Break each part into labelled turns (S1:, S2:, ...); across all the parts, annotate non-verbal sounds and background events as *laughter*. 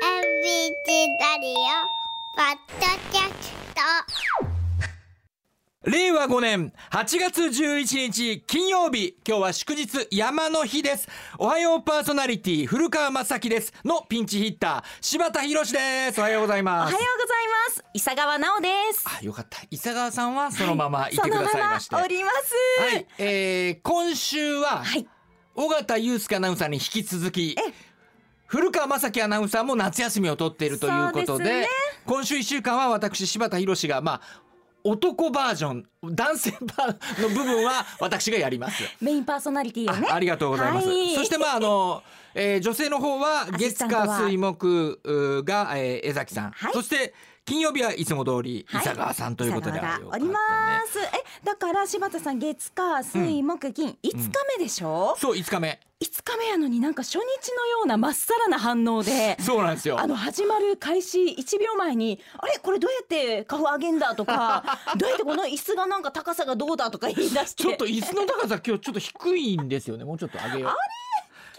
S1: チラリオポッドキャスト
S2: 令和5年8月11日金曜日今日は祝日山の日ですおはようパーソナリティ古川正樹ですのピンチヒッター柴田博ですおはようござい
S3: お
S2: ま
S3: は
S2: す
S3: ようございます。伊佐川奈緒です。
S2: あよかった伊佐川さんはそのままいてくださいまして、
S3: そのままおります。
S2: はい、えー、今週は
S3: はい
S2: 尾形祐介アナウンサーに引き続き古川正樹アナウンサーも夏休みを取っているということ
S3: そう
S2: で
S3: ですね
S2: 今週1週間は私柴田博がまあ男バージョン男性バーの部分は *laughs* 私がやります。
S3: メインパーソナリティをね。
S2: あありがとうございます。
S3: はい
S2: そしてまああの、えー女性の方は
S3: アシス
S2: 月
S3: タントは
S2: 火水木うーが、えー江崎さん、
S3: はい
S2: そして金曜日はいつも通り伊
S3: はい
S2: 佐川さんということで、
S3: 伊佐川
S2: あ
S3: が
S2: よ
S3: お
S2: かった
S3: り
S2: ね
S3: ます。え、だから柴田さん月火水木金五日目でしょ。
S2: そう5日目
S3: 五日目やのになんか初日のようなまっさらな反応で。
S2: そうなんですよ。
S3: あの始まる開始1秒前に「あれこれどうやって顔上げんだ?」と
S2: *laughs*
S3: か「どうやってこの椅子がなんか高さがどうだ?」とか言い出して
S2: ちょっと椅子の高さ今日ちょっと低いんですよね。もうちょっと上げよう。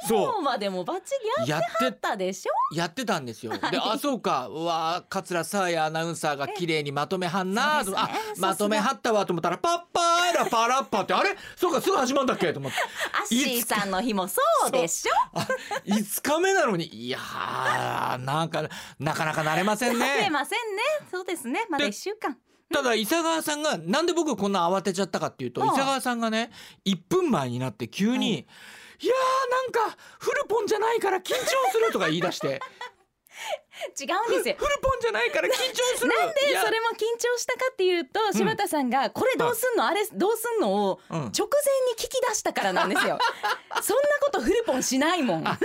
S3: 今日
S2: そ
S3: までもバッチ
S2: う。
S3: リや
S2: や
S3: っ
S2: って
S3: たでしょ
S2: やってたんですよ。で、あ、そうか、うわー、桂沙耶アナウンサーが綺麗にまとめはんなーと、
S3: そうです
S2: あ
S3: ねさ、すが
S2: まとめはったわと思ったら、パッパーラパラッパって、あれ、そうか、すぐ始まんだっけと思って。
S3: アッシーさんの日もそうでしょ
S2: あ、5日目なのに、いやー、なんか、なかなか慣れません
S3: 食べ
S2: ね。
S3: ませんねそうですねまだ
S2: で
S3: 一週間
S2: ただ、伊佐川さんが、なんで僕こんな慌てちゃったかっていうと、
S3: う
S2: 伊
S3: ん
S2: 佐川さんがね、1分前になって急に、
S3: はい
S2: い、やー、なんか、フルポンじゃないから緊張するとか言い出
S3: *laughs*
S2: して、
S3: 違
S2: *laughs*
S3: うんですよ
S2: フルポンじゃないから緊張する
S3: なんで
S2: いや
S3: それも緊張したかっていうと柴田さんがこれどうすんのあれどうすんのを
S2: うん
S3: 直前に聞き出したからなんですよ *laughs* そんなことフルポンしないもん
S2: あ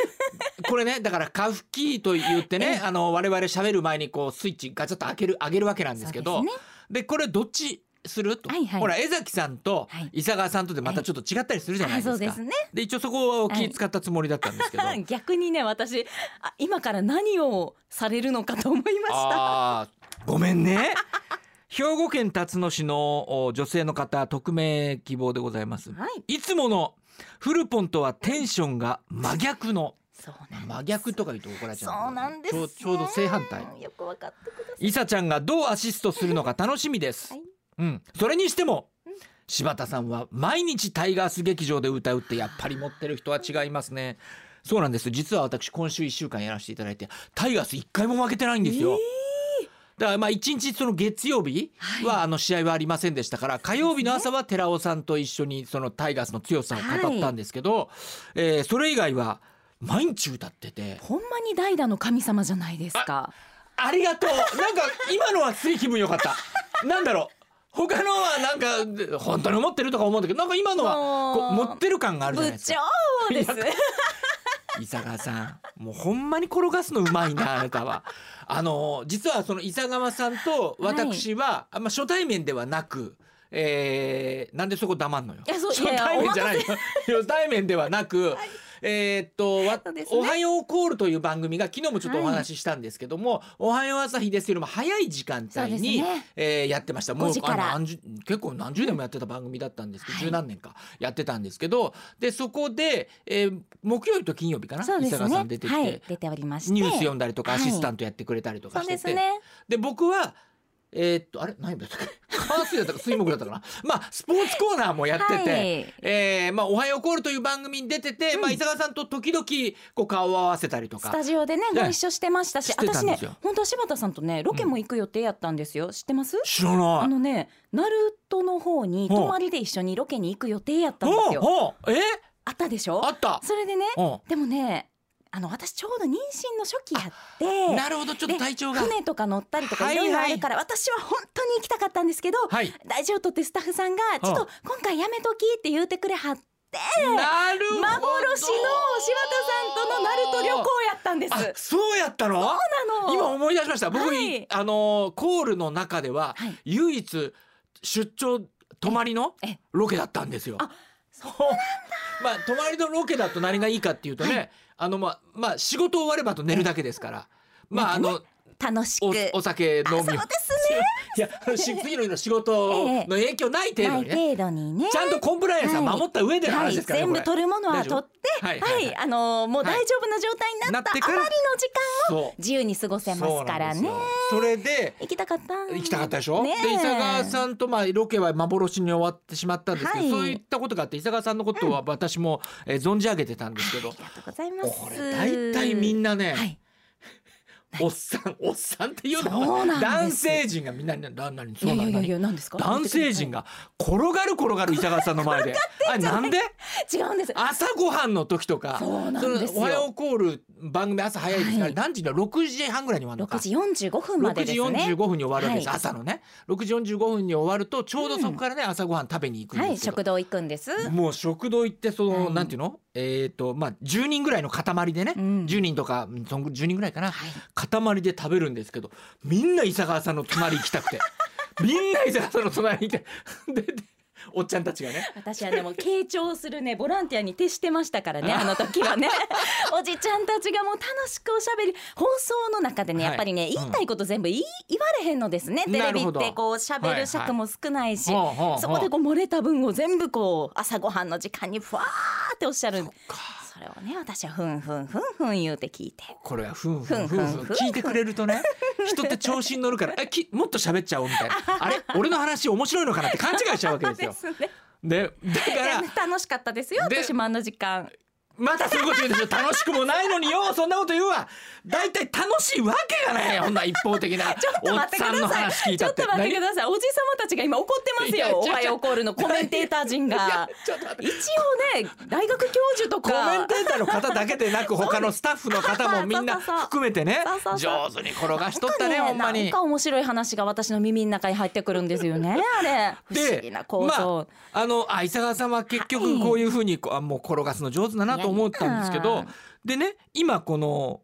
S2: これねだからカフキーと言ってねあの我々喋る前にこうスイッチガチャッと開ける上げるわけなんですけど
S3: そう
S2: で,、
S3: です
S2: これどっちすると、
S3: はいはい
S2: ほら江崎さんと
S3: はい
S2: 伊佐川さんとでまたちょっと違ったりするじゃないですか。
S3: あそうですね
S2: で一応そこを気使ったつもりだったんです
S3: *laughs*
S2: けど、
S3: 逆にね私あ今から何をされるのかと思いました
S2: あーごめんね兵庫県辰野市のお女性の方匿名希望でございます、
S3: はい
S2: いつものフルポンとはテンションが真逆の
S3: そう
S2: 真逆とか言うと怒られちゃう
S3: そうなんです
S2: ちょ
S3: ね
S2: うちょうど正反対
S3: よくわかってください
S2: イサちゃんがどうアシストするのか楽しみです、
S3: はい
S2: うん、それにしても柴田さんは毎日タイガース劇場で歌うってやっぱり持ってる人は違いますねそうなんです実は私今週1週間やらせていただいてタイガース1回も負けてないんですよ、だからまあ1日その月曜日はあの試合はありませんでしたから、火曜日の朝は寺尾さんと一緒にそのタイガースの強さを語ったんですけど、えーそれ以外は毎日歌ってて
S3: ほんまに代打の神様じゃないですか
S2: ありがとう。なんか今のはすげえ気分良かった。なんだろう。他のはなんか本当に思ってるとか思うんだけど、なんか今のはこう
S3: もう
S2: 持ってる感があるじゃ
S3: 部
S2: ないです
S3: 長
S2: か。
S3: です
S2: *laughs* 伊佐川さん、もうほんまに転がすのうまいなあなたは。あの実はその伊佐川さんと私は、あんま初対面ではなく。えー、なんでそこ黙んのよ。
S3: いやそう
S2: 初
S3: いやいや
S2: 対面じゃないよ。初対面ではなく、えーっと、わ
S3: そうですね
S2: おはようコールという番組が昨日もちょっとお話ししたんですけども、おはよう朝日ですよりも早い時間
S3: そう
S2: 帯
S3: です
S2: に、
S3: ね
S2: えーやってました。も
S3: 5時から
S2: あの何十結構何十年もやってた番組だったんですけど、
S3: はい
S2: 十何年かやってたんですけど、でそこで、えー木曜日と金曜日かな、
S3: そう
S2: 伊
S3: で
S2: 佐
S3: す
S2: 川さ
S3: ね
S2: ん出てきて、
S3: はい出ておりまして
S2: ニュース読んだりとか、
S3: はい
S2: アシスタントやってくれたりと
S3: そ
S2: か
S3: う
S2: し
S3: で
S2: て
S3: す
S2: て、
S3: ね
S2: で僕はえーっとあれ何だったっけ火水だったか水木だったかなまあスポーツコーナーもやってて、
S3: はい
S2: えーまあ「おはようコール」という番組に出てて、まあ、伊佐川さんと時々こう顔を合わせたりと
S3: ス
S2: か
S3: タジオでね
S2: ね
S3: ご一緒してましたし
S2: してた
S3: 私
S2: んで
S3: ね
S2: すよ
S3: 本当は柴田さんとねロケも行く予定やったんですよ、知ってます
S2: 知ら
S3: あ
S2: ない。
S3: のねナルトの方に
S2: ほう
S3: 泊まりで一緒にロケに行く予定やったんで
S2: ほ
S3: す
S2: う
S3: よ
S2: ほうえ
S3: あったでしょ
S2: あった
S3: それでね
S2: う
S3: でもねあの私ちょうど妊娠の初期やっ
S2: ん
S3: て
S2: なるほどちょっと体調が。
S3: 船とか乗ったりとか
S2: はいいは
S3: ろ
S2: い
S3: いろあるから、私は本当に行きたかったんですけど、
S2: はい、
S3: 大丈夫とってスタッフさんが「ちょっと今回やめとき」って言うてくれはって
S2: なるほど
S3: 幻の柴田さんとのナルト旅行やったんです。
S2: あそうやったの
S3: なの
S2: 今思い出しました僕、
S3: はい
S2: あのーコールの中では、
S3: はい
S2: 唯一出張泊まりの
S3: ええ
S2: ロケだったんですよ。
S3: あ
S2: そう *laughs* まあ泊まりのロケだと何がいいかっていうとね、あのまあまあ仕事終わればと寝るだけですから、まああの
S3: 楽しく
S2: おお酒飲みを
S3: あそうです
S2: いやあの
S3: *laughs*
S2: し次の日の仕事の影響ない程
S3: な
S2: 度
S3: い
S2: にね
S3: 程度にね
S2: ちゃんとコンプライアンスは守った上での
S3: は
S2: 話
S3: い
S2: ですからね
S3: 全
S2: これ
S3: 部取るものは
S2: 大丈夫
S3: 取って
S2: は
S3: はいい、
S2: はいはい
S3: あのーもう大丈夫な状態にな
S2: な
S3: っ
S2: ったて
S3: あ
S2: か
S3: ま
S2: ら
S3: りの時間を
S2: そう
S3: 自由に過ごせますから
S2: そうなんで
S3: ね
S2: すよそれで
S3: 行きたかった
S2: 行きたかったでしょ、
S3: ねえ
S2: で伊佐川さんとまあロケは幻に終わってしまったんですけど、
S3: はい
S2: そういったことがあって伊佐川さんのことは私も、えー存じ上げてたんですけど、
S3: ありがとうございます
S2: これ大体みんなね、
S3: はい
S2: おっさんおっさんっていうの
S3: そうな
S2: は
S3: んです
S2: 男性陣がみんなに何何
S3: い
S2: そ
S3: や
S2: う
S3: い
S2: な
S3: や
S2: ん
S3: い
S2: だ
S3: やいや何ですか
S2: 男性陣
S3: が
S2: が転がる転がる伊佐川さんの前
S3: *laughs*
S2: であれなんで
S3: 違うんです
S2: 朝ごはんの時とか
S3: そうなんですよ
S2: そのおはようコール番組朝早いですから、
S3: はい
S2: 何時だ6時半ぐらいに終わるのか
S3: 六時四十五分まで
S2: 6
S3: で
S2: 時
S3: すね
S2: 45分に終わるんです、
S3: はい
S2: 朝のね6時45分に終わるとちょうどそこからね、朝ごはん食べに行くん
S3: は
S2: で
S3: い
S2: すけど、
S3: 食堂行くんです
S2: もう食堂行ってその、
S3: はい
S2: なんていうのえっ、とまあ10人ぐらいの塊でね、
S3: うん
S2: 10人とかうんそんぐ10人ぐらいかな、
S3: はい
S2: 塊で食べるんですけどみんな伊佐川さんの隣行き
S3: *laughs*
S2: たくてみんな伊佐川さんの隣にいて *laughs* ででおっちゃんたちがね
S3: 私はねもう傾聴するねボランティアに徹してましたからねあの時
S2: *laughs*
S3: はねおじちゃんたちがもう楽しくおしゃべり放送の中でね
S2: はい
S3: やっぱりね、言いたいこと全部言い言われへんのですねテ
S2: な
S3: レ
S2: る
S3: ビ
S2: ほ
S3: っ
S2: ど
S3: てこうしゃべる尺も少ないし、
S2: はいはいほうほうほう
S3: そこでこう漏れた分を全部こう朝ごはんの時間にふわーっておっしゃるそれをね私はふんふんふんふん言うて聞いて
S2: これはふんふんふ
S3: ふんふん
S2: んふん
S3: ふん
S2: 聞いてくれるとね人って調子に乗るからえきもっと喋っちゃおうみたいなあれ俺の話面白いのかなって勘違いしちゃうわけですよ。
S3: すね
S2: でだから
S3: 楽しかったですよ
S2: で
S3: 私もあの時間
S2: またそういうこと言うんですよ楽しくもないのによそんなこと言うわ大体楽しいわけがないよこんな一方的
S3: *laughs*
S2: なおっさんの話聞い
S3: ち
S2: た
S3: ょ
S2: っ
S3: ってと待ってく
S2: 何
S3: ださい。おじさまたちが今怒ってます
S2: いやちょ
S3: よ。お
S2: ちょ
S3: はようコールのコメンテーター陣が。一応ね、大学教授と
S2: コメ
S3: か
S2: ンテ。ーターの方だけでなく他のスタッフの方もみんな含めてね
S3: そうそうそう
S2: 上手に転がしとったね
S3: なんか
S2: ほんま
S3: なん
S2: に。
S3: か面白い話が私の耳の中に入ってくるんですよね。あれ。不思議な構造。
S2: あ、あのあ伊佐川さんは結
S3: は
S2: 局
S3: い
S2: こういうふうにこうあもう転がすの上手だなと思ったんですけ
S3: いやい
S2: ど
S3: や
S2: でね今この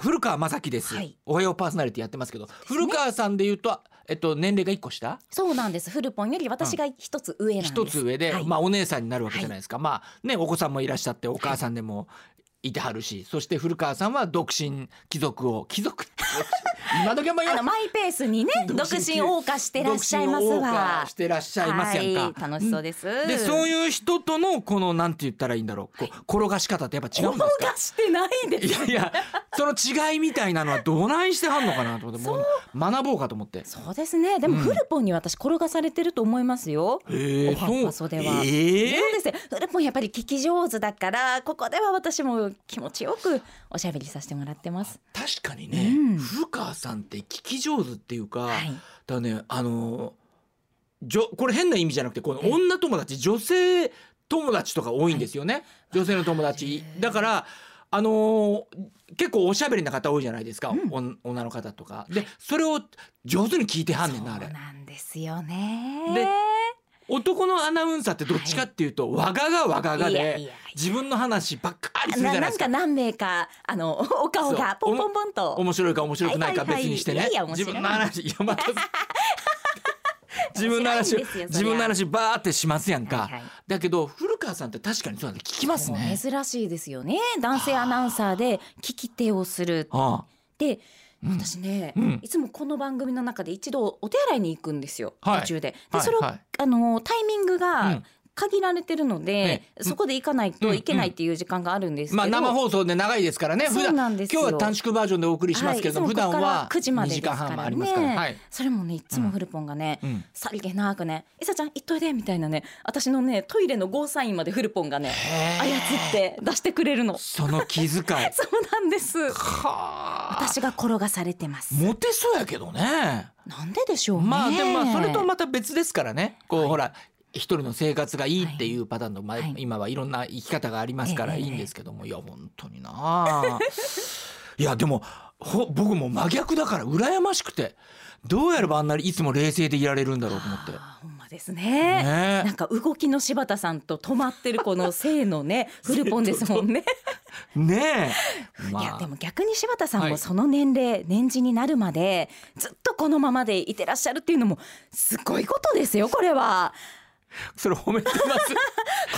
S2: 古川雅樹です、
S3: はい
S2: おはようパーソナリティやってますけど古川さんで言うと、えっと、年齢が1個下
S3: そうなんです。フルポンより私が一つ上なんです。
S2: 一つ上で、
S3: はい
S2: まあ、お姉さんになるわけじゃないですか、まあね、お子さんもいらっしゃってお母さんでもいてはるしそして古川さんは独身貴族を貴
S3: *laughs*
S2: 族今時はま
S3: あの
S2: あ
S3: マイペースにね、
S2: *laughs* 独
S3: 独
S2: 身
S3: 身謳歌してらっしゃいます
S2: 独身を謳
S3: わ
S2: 歌し。てらっしゃいますやんか。
S3: はい、楽しそうです。
S2: でそう
S3: う
S2: いう人とのこのなんて言ったらいいんだろう、こう転がし方ってやっぱ違うん
S3: 転
S2: ですか
S3: がしてないで
S2: い
S3: す。
S2: やいやその違いみたいなのはどないしてはんのかなと思ってもう学ぼうかと思って
S3: そうですね。でもフルポンに私転がされてると思いますよ。
S2: え
S3: おはっぱそでは
S2: え
S3: そうですね。フルポンやっぱり聞き上手だから、ここでは私も気持ちよくおしゃべりさせてもらってます。
S2: 確かにね、
S3: うん
S2: 古川さんって聞き上手っていうか、
S3: はい
S2: だからねあのじょこれ変な意味じゃなくてこの女友達女性友達とか多いんですよね、女性の友達だからあのー結構おしゃべりな方多いじゃないですか、おん女の方とかでそれを上手に聞いてはんねんなあれ
S3: そうなんですよね。
S2: で男のアナウンサーってどっちかっていうと、わががわがが
S3: いやいやい
S2: で
S3: や
S2: 自分の話ばっかりするじゃない
S3: なな
S2: で
S3: ん
S2: すか
S3: か何名かあのお顔が
S2: そう
S3: ポンポンポンと。
S2: 面白いか面白くないか
S3: はいはいはい
S2: 別にして
S3: い
S2: ね
S3: やいや面
S2: 自
S3: 白い
S2: 分の話いや *laughs*
S3: *laughs*
S2: また自分の話
S3: 面白いんですよそりゃ
S2: 自分の話バーってしますやんか、
S3: はいはい
S2: だけど古川さんって確かにそうなんで聞きます
S3: もう
S2: ね
S3: 珍しいですよね男性アナウンサーで聞き手をする
S2: あ
S3: で私ね、
S2: うん
S3: いつもこの番組の中で一度お手洗いに行くんですよ、
S2: はい
S3: 途中で。
S2: は
S3: で
S2: い
S3: それを、
S2: はい
S3: あのタイミング
S2: う
S3: が
S2: ん
S3: 限られてるので、
S2: ええ
S3: そこで行かないといけないっていう時間があるんで
S2: あ
S3: すけど、
S2: まあ生放送で長いですからね普
S3: そう
S2: 段
S3: なん
S2: 今
S3: です
S2: 日
S3: よ
S2: は短縮バージョンでお送りしますけれども、
S3: はい
S2: 普
S3: いつ
S2: 段
S3: もここから
S2: は
S3: 9時ま
S2: 2
S3: でで
S2: 時
S3: すか
S2: 間
S3: らね
S2: 半もありますからはい
S3: それもねいつもフルポンがね、
S2: うん
S3: さりげなくね「いさちゃん行っといで」みたいなね私のねトイレのゴーサインまでフルポンがね
S2: へー
S3: 操って出してくれるの *laughs* そ
S2: その気遣い
S3: うなんです
S2: はあ
S3: 私が転がされてます
S2: モテそうやけどね
S3: なんででしょうね
S2: まあでもまあそれとまた別ですからね。こうほら一人の生活がいいっていうパターンの、まあ
S3: はい
S2: 今はいろんな生き方がありますから
S3: ええ
S2: いいんですけども、いや本当になあ。 *laughs* いやでもほ僕も真逆だから羨ましくてどうやればあんなにいつも冷静でいられるんだろうと思って。
S3: あーほんまですね
S2: ね
S3: なんか動きの柴田さんと止まってるこの性の
S2: *laughs*
S3: ねフルポンですもんね、
S2: ねえ。
S3: いやでも逆に柴田さん
S2: はい
S3: もその年齢、年次になる
S2: *laughs*
S3: までずっとこのままでいてらっしゃるっていうのもすごいことですよこれは
S2: それ褒めてます。
S3: こ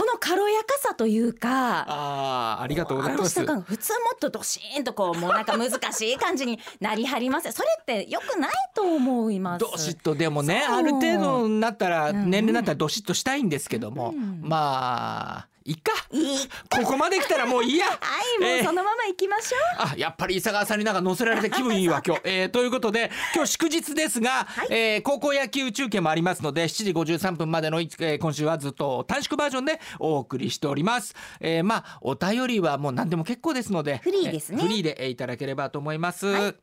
S3: の軽やかさというか。
S2: ああ、ありがとうござい
S3: あと
S2: ま
S3: し
S2: す
S3: た。感普通もっとドシーンとこうもうなんか難しい感じになりはりますそれって良くないと思います
S2: どしっとでもね
S3: そう
S2: ある程度になったら
S3: うんうん
S2: 年齢になったらどしっとしたいんですけども、
S3: うん
S2: まあいっか
S3: いい
S2: ここまで来たらもういいや
S3: はいもうそのまま行きましょう、
S2: あやっぱり伊佐川さんになんか乗せられて気分いいわ今
S3: *laughs*
S2: 日、えーということで今日祝日ですが、えー高校野球中継もありますので7時53分までの、えー今週はずっと短縮バージョンでお送りしております、えーまあお便りはもう何でも結構ですので
S3: フリーですね
S2: えフリーでえーいただければと思います
S3: はい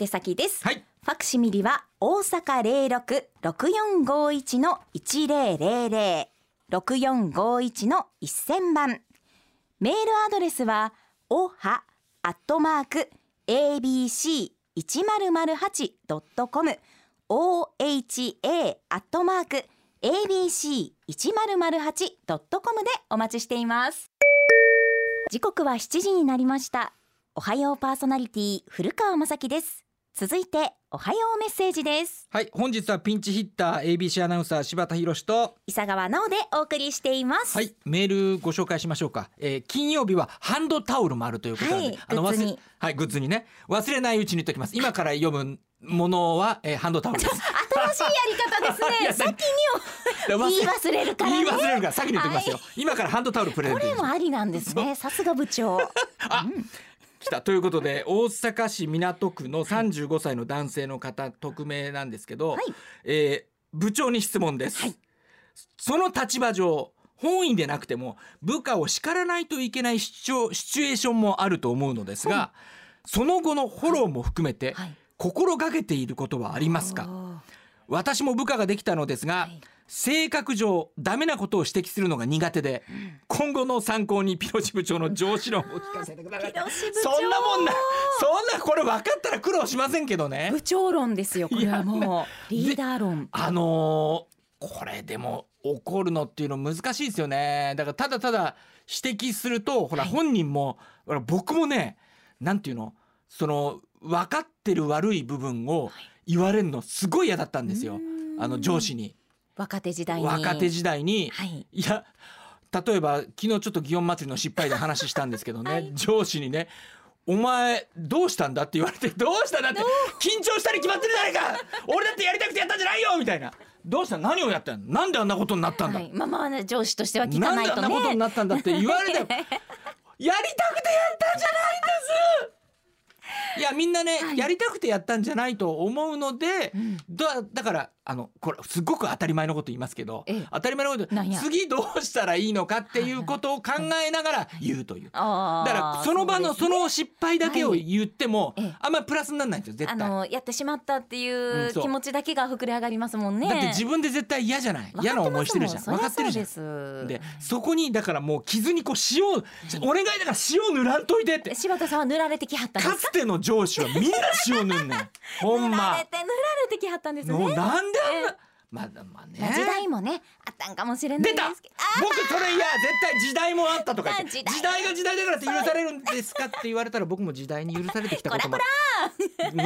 S3: 宛先です、
S2: はい
S3: ファクシミリは大阪零六六四五一の一零零零六四五一の一千番。メールアドレスはおはアットマーク a b c 一ゼロゼロ八ドットコム o h a アットマーク a b c 一ゼロゼロ八ドットコムでお待ちしています。時刻は七時になりました。おはようパーソナリティ古川雅樹です。続いておはようメッセージです
S2: はい本日はピンチヒッター ABC アナウンサー柴田博と
S3: 伊佐川直でお送りしています、
S2: はい、メールご紹介しましょうか。えー金曜日はハンドタオルもあるということなので、
S3: はい
S2: あの
S3: グッズ
S2: 忘れ
S3: に
S2: はい、グッズにね、忘れないうちに言っときます。今から読むものは、えーハンドタオルです。
S3: 新しいやり方で
S2: *laughs*
S3: す
S2: い
S3: ね
S2: や
S3: 先に
S2: 言
S3: 言い忘れるからね
S2: 言い忘れるから、先に言っときますよ。今からハンドタオルプレゼン
S3: こ
S2: トし
S3: れ
S2: ます
S3: もありなんですねさすが部長
S2: 来たということで大阪市港区の35歳の男性の方匿名なんですけど、
S3: はい
S2: えー部長に質問です、
S3: はい
S2: その立場上本意でなくても部下を叱らないといけないシチュシチュエーションもあると思うのですが、その後のフォローも含めて
S3: はい
S2: 心がけていることはありますか、私も部下ができたのですが、
S3: い
S2: 性格上ダメなことを指摘するのが苦手で、今後の参考にピロシ部長の上司論を聞かせてください
S3: ピロシ部長
S2: そんなもんなそんなこれ分かったら苦労しませんけどね
S3: 部長論ですよこれはもう
S2: いや
S3: リーダー論
S2: あのーこれでも怒るのっていうの難しいですよねだからただただ指摘するとほら
S3: はい
S2: 本人も、ほら僕もねなんていうのその分かってる悪い部分を言われるのすごい嫌だったんですよ
S3: うん
S2: あの上司に
S3: 若手時代に
S2: 若手時代に、
S3: はい
S2: いや例えば昨日ちょっと祇園祭りの失敗で話したんですけどね、上司にね「お前どうしたんだ?」って言われて「どうしたんだ?」って緊張したに決まってるじゃないか俺だってやりたくてやったんじゃないよみたいな「どうした何をやったんなんであんなことになったんだ、
S3: はい、まあまあ上司としては聞
S2: な
S3: かなんい
S2: であん
S3: と
S2: なことに
S3: ね
S2: なったんだって言われ
S3: *laughs*
S2: てやりたくてやったんじゃないんですいやみんなね、やりたくてやったんじゃないと思うので、だだからあのこれすごく当たり前のこと言いますけど
S3: ええ
S2: 当たり前のこと
S3: なんや
S2: 次どうしたらいいのかっていうことを考えながら言うという。
S3: あ
S2: だ
S3: ー
S2: からその場の
S3: そ
S2: そ
S3: う
S2: の失敗だけを言っても、
S3: はいええ
S2: あんまりプラスにならないんですよ
S3: です
S2: 絶
S3: あ
S2: 対。
S3: のやってしまったってい
S2: うん
S3: う
S2: そう
S3: 気持ちだけが膨れ上がりますもんね
S2: だって自分で絶対嫌じゃない
S3: 分かってますもん
S2: 嫌な思いしてるじゃん
S3: そり
S2: 分かってるじゃん。
S3: そうで
S2: でそこにだからもう傷にこう塩をお願いだから塩塗らんといてって
S3: す柴田さんは塗られてきはったんです
S2: かつての上司はみんな塩塗ん
S3: *laughs*
S2: ねんほん
S3: 塗ら
S2: ま
S3: れて塗られてきはったんですね。
S2: もうなんであん
S3: え
S2: なまだまあね
S3: まあ時代もねあったんかもしれな
S2: 出
S3: いで
S2: た
S3: すけど。
S2: 僕それいや絶対時代もあったとか言って
S3: まあ
S2: 時
S3: 時代
S2: 代が時代だからって許されるんですかって言われたら僕も時代に許されてきたこと
S3: *laughs*
S2: も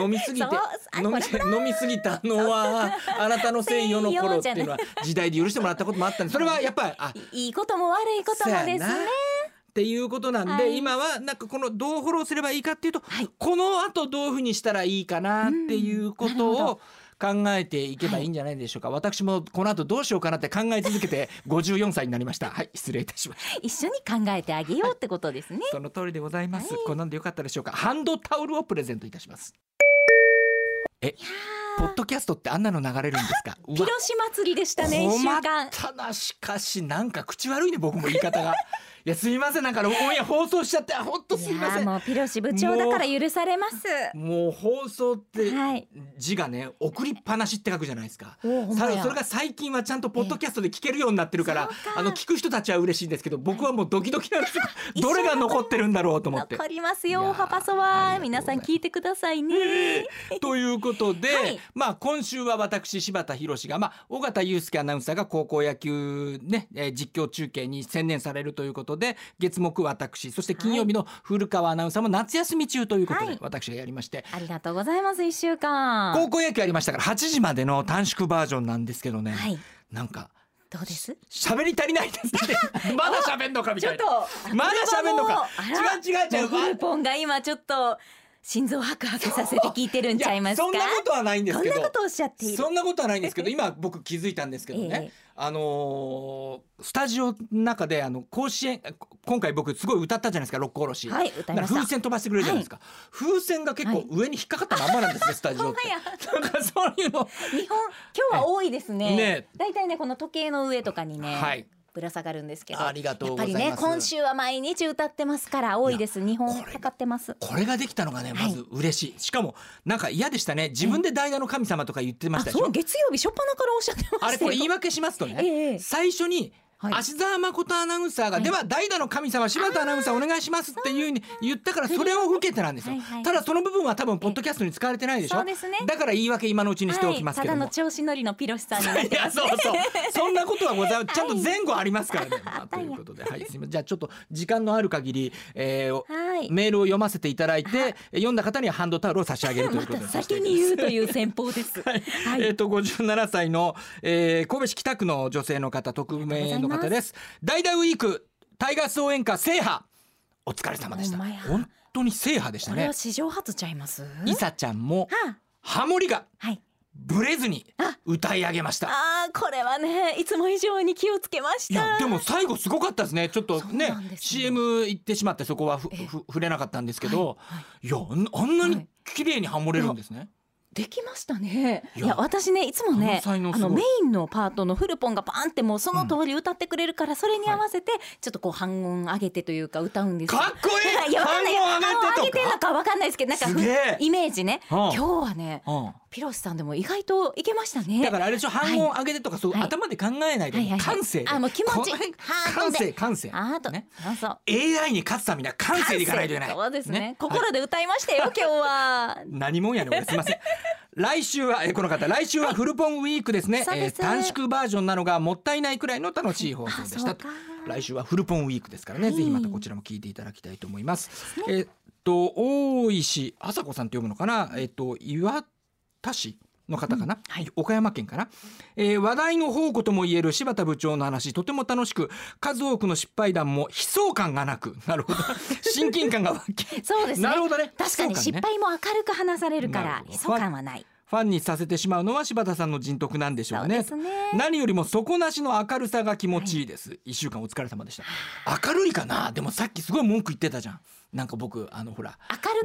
S2: 飲みすぎて
S3: そうあ
S2: 飲み飲みすぎたのはあなたの専用の頃っていうのは時代で許してもらったこともあったんでそれはやっぱりあ
S3: あいいことも悪いことも
S2: そう
S3: です
S2: やな
S3: ね。
S2: っていうことなんで、
S3: はい
S2: 今はなんかこのどうフォローすればいいかっていうと、
S3: はい
S2: この後どういうふうにしたらいいかなっていうこと
S3: うんなる
S2: を考えていけばいいんじゃないでしょうか、私もこの後どうしようかなって考え続けて54歳になりましたはい失礼いたしました
S3: 一緒に考えてあげようってことですね。
S2: その通りでございます、こんなんでよかったでしょうかハンドタオルをプレゼントいたしますえポッドキャストってあんなの流れるんです
S3: *laughs*
S2: かうわ
S3: 広島祭りでしたね一週
S2: 困っ
S3: 間。
S2: たなしかしなんか口悪いね僕も言い
S3: *laughs*
S2: 方がいやすいませんなんかオンエア放送しちゃってほんとすい
S3: いや
S2: ませ
S3: ー
S2: ん
S3: もうピロシ部長だから許されます。
S2: もう放送って
S3: はい
S2: 字がね送りっぱなしって書くじゃないですか。
S3: おーほんま
S2: さ
S3: や
S2: それが最近はちゃんとポッドキャストで聞けるようになってるから、あの聞く人たちは嬉しいんですけど僕はもうドキドキなんですよ
S3: *laughs* 一緒
S2: どれが残ってるんだろうと思って
S3: 残。ります
S2: いやー
S3: よハパソ
S2: あ
S3: は
S2: りが
S3: 皆
S2: とうござい
S3: さん
S2: ます
S3: 聞いてくださいね。
S2: *laughs* ということで、
S3: はい
S2: まあ今週は私柴田博が、まあ、尾形祐介アナウンサーが高校野球、ねえー実況中継に専念されるということで月木私そして金曜日の古川アナウンサーも夏休み中ということで、
S3: はい
S2: 私がやりまして
S3: ありがとうございます一週間。
S2: 高校野球ありましたから8時までの短縮バージョンなんですけどね、
S3: はい
S2: なんか
S3: どうです
S2: 喋り足りないです
S3: *laughs*
S2: ねまだ喋んのかみ
S3: ちょ
S2: た
S3: っ
S2: い
S3: と
S2: なまだ喋んのか
S3: あら
S2: 違う違う違う
S3: モグルポンが今ちょっと心臓ハクハクさせて聞いてるんちゃいますか
S2: そんなことはないんです
S3: こん
S2: けど
S3: なことをおっしゃっている
S2: そんなことはないんですけど今僕気づいたんですけどね、
S3: ええ
S2: あのースタジオの中であの甲子園こ今回僕すごい歌ったじゃないですか「六甲おろし」
S3: はい歌いました
S2: だから風船飛ばしてくれるじゃないですか、風船が結構上に引っかかったまんまなんですね、スタジオって
S3: ほんまや
S2: なんかそう
S3: *laughs*
S2: いうの
S3: 日本今日は多いですね
S2: ね
S3: だいたいねこの時計の上とかにね、
S2: はい
S3: ぶら下がるんですけど
S2: ありがとうございます
S3: やっぱりね今週は毎日歌ってますから多いです日本
S2: これ
S3: かかってます
S2: これができたのがね
S3: は
S2: ま
S3: い
S2: ず嬉しい、しかもなんか嫌でしたね自分で代打の神様とか言ってま
S3: あ
S2: したでし
S3: そ
S2: ょ、
S3: う月曜日初っ端からおっしゃってましたよ
S2: あれこれ言い訳しますとね、
S3: ええ
S2: 最初に
S3: はい
S2: 芦澤誠アナウンサーが、
S3: い
S2: では代打の神様柴田アナウンサーお願いしますっていうふうに言ったからそれを受けてなんですよ、
S3: はいはい
S2: ただその部分は多分ポッドキャストに使われてないでしょ
S3: そうですね
S2: だから言い訳今のうちにしておきますけども、
S3: はい、ただの調子乗りのピロシさんになっ
S2: い
S3: てま
S2: や
S3: す
S2: そうそうそんなことはございまちゃんと前後ありますから
S3: *laughs*
S2: ね、まあと
S3: たん
S2: い
S3: や
S2: うことではいすみませんじゃあちょっと時間のある限り、えーお
S3: はい
S2: メールを読ませていただいて読んだ方にはハンドタオルを差し上げるということで
S3: *laughs* 先に言うという戦法です。はい
S2: えっ、と57歳の、えー神戸市北区の女性の方匿名の方です大々ウィークタイガース応援歌制覇お疲れ様でした
S3: ほんまや
S2: 本当に制覇でした
S3: これ
S2: ね
S3: は史上初ちゃいます。
S2: イサちゃんも
S3: はあ
S2: ハモリが
S3: はい。
S2: ブレずに歌い上げました
S3: ああ、これはね、いつも以上に気をつけまし
S2: い
S3: た。
S2: やでも最後すごかったですねちょっと
S3: そう
S2: ね
S3: なんですね
S2: CM 行ってしまってそこはふ、
S3: ええ
S2: ふ触れなかったんですけど、いやあんあんな
S3: は
S2: に
S3: い
S2: 綺麗にハモれるんですね、
S3: できましたね。
S2: い
S3: い
S2: や
S3: や、私ね、いつもね、
S2: この才能
S3: あ
S2: すごい
S3: のメインのパートのフルポンがバーンってもうその通り歌ってくれるから、それに合わせて、ちょっとこう半音上げてというか歌うんですよ。
S2: かっこいい
S3: いや、わかんない。
S2: 半音上げてとか
S3: 半音上げてんのかわかんないですけど、なんか
S2: すげえ
S3: イメージね。
S2: うん
S3: 今日はね、
S2: うん
S3: ピロシさんでも意外といけましたね。
S2: だからあれでしょ
S3: はい
S2: 半音上げてとかそう、
S3: はい
S2: 頭で考えないで、
S3: はいはいはい
S2: 感性で
S3: あもう気持ち
S2: この辺
S3: ハートで
S2: 感性感性
S3: あーと、
S2: ね
S3: そうそう。
S2: AI に勝つためには感性でいかないといけない
S3: そうですね
S2: はい
S3: 心で歌いましたよ、今日
S2: *laughs*
S3: は
S2: 何もんやねん俺すいません来週はえーこの方来週はフルポンウィークですね、
S3: そう
S2: え
S3: で
S2: ー
S3: す
S2: 短縮バージョンなのがもったいないくらいの楽しい放送でした
S3: あそうか
S2: 来週はフルポンウィークですからね、
S3: はい
S2: ぜひまたこちらも聞いていただきたいと思います、えーっと大石朝子さんって読むのかなえーっと岩田市の方かな、岡山県かな、えー話題の宝庫ともいえる柴田部長の話とても楽しく数多くの失敗談も悲壮感がなくなるほど親近感が湧き
S3: そうですね
S2: なるほどね
S3: 確かに
S2: 悲壮感
S3: 失
S2: ね
S3: 敗も明るく話されるか
S2: なる
S3: ら
S2: ほど
S3: 悲壮感はない
S2: ファンにさせてしまうのは柴田さんの人徳なんでしょうね。
S3: そうですね
S2: 何よりも底なしの明るさが気持ちいいです。一、週間お疲れ様でした。明るいかな。でもさっきすごい文句言ってたじゃん。なんか僕あのほら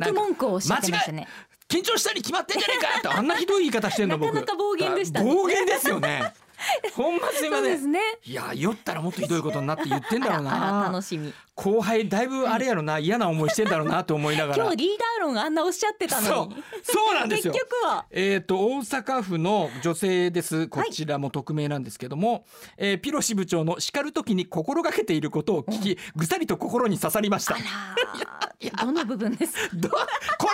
S3: 明るく文句をおっしゃってました
S2: な
S3: ね
S2: んか間違い緊張したに決まってんじゃねえか
S3: *laughs*
S2: ってあんなひどい言い方してんの僕。
S3: なかなか暴言でしたね
S2: 暴言ですよ
S3: *laughs*
S2: ね。ほんますいま
S3: そう
S2: せ
S3: で
S2: ん。
S3: すね
S2: いや酔ったらもっとひどいことになって言ってん
S3: あ
S2: だろう
S3: ら *laughs* あら楽
S2: な。
S3: しみ
S2: 後輩だいぶあれやろな嫌な思いしてんだろうなと思いながら。
S3: *laughs* 今日リーダー論あんなおっしゃってた
S2: そ
S3: の
S2: う
S3: に
S2: そうなんです
S3: *laughs* 結
S2: よ。*laughs*
S3: 局は
S2: えー、と大阪府の女性ですこちらも匿名なんですけども、えーピロシ部長の叱る時に心がけていることを聞き、ぐさりと心に刺さりました
S3: あらどの部分です
S2: どこら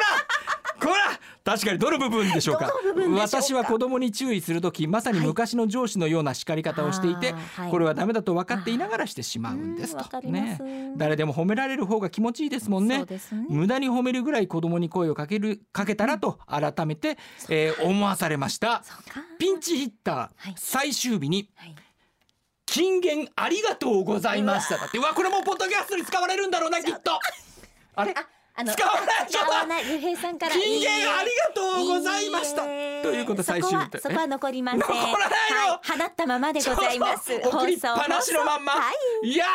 S2: こら確かにどの部分でしょうか
S3: どの部分でしょうか
S2: 私は子供に注意する時まさに昔の上司のような叱り方をしていて、
S3: はいあーはい
S2: これはダメだと分かっていながらしてしまうんです
S3: うんわか
S2: と、
S3: ります
S2: 誰でも褒められる方が気持ちいいですもん
S3: そ
S2: ね
S3: うですね
S2: 無駄に褒めるぐらい子供に声をかけるかけたらと改めて、えー思わされました
S3: そうか
S2: ピンチヒッター、
S3: はい
S2: 最終日に
S3: はい
S2: 金言ありがとうございましただってうわこれもうポッドキャストに使われるんだろうなきっとあれ
S3: ああの
S2: 使わない
S3: 使わないゆうへいさんから
S2: 金言ありがとうございました
S3: え
S2: ということで最終日
S3: そこはそこは残りません
S2: 残らないよ
S3: はい、放ったままでございます
S2: *laughs* ちょっと送りっぱなしのまんま、、
S3: 放送はい
S2: やー、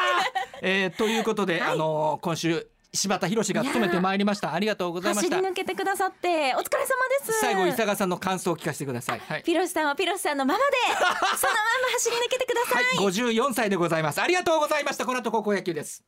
S2: えー、ということで、あのー今週柴田博が務めてまいりましたありがとうございま
S3: 走
S2: し
S3: り
S2: た
S3: 抜けてくださってお疲れ様です
S2: 最後伊佐川さんの感想を聞かせてくださいはい、
S3: ピロシさんはピロシさんの
S2: *laughs*
S3: ままでそのまま走り抜けてくださ
S2: はいい、54歳でございますありがとうございましたこの後高校野球です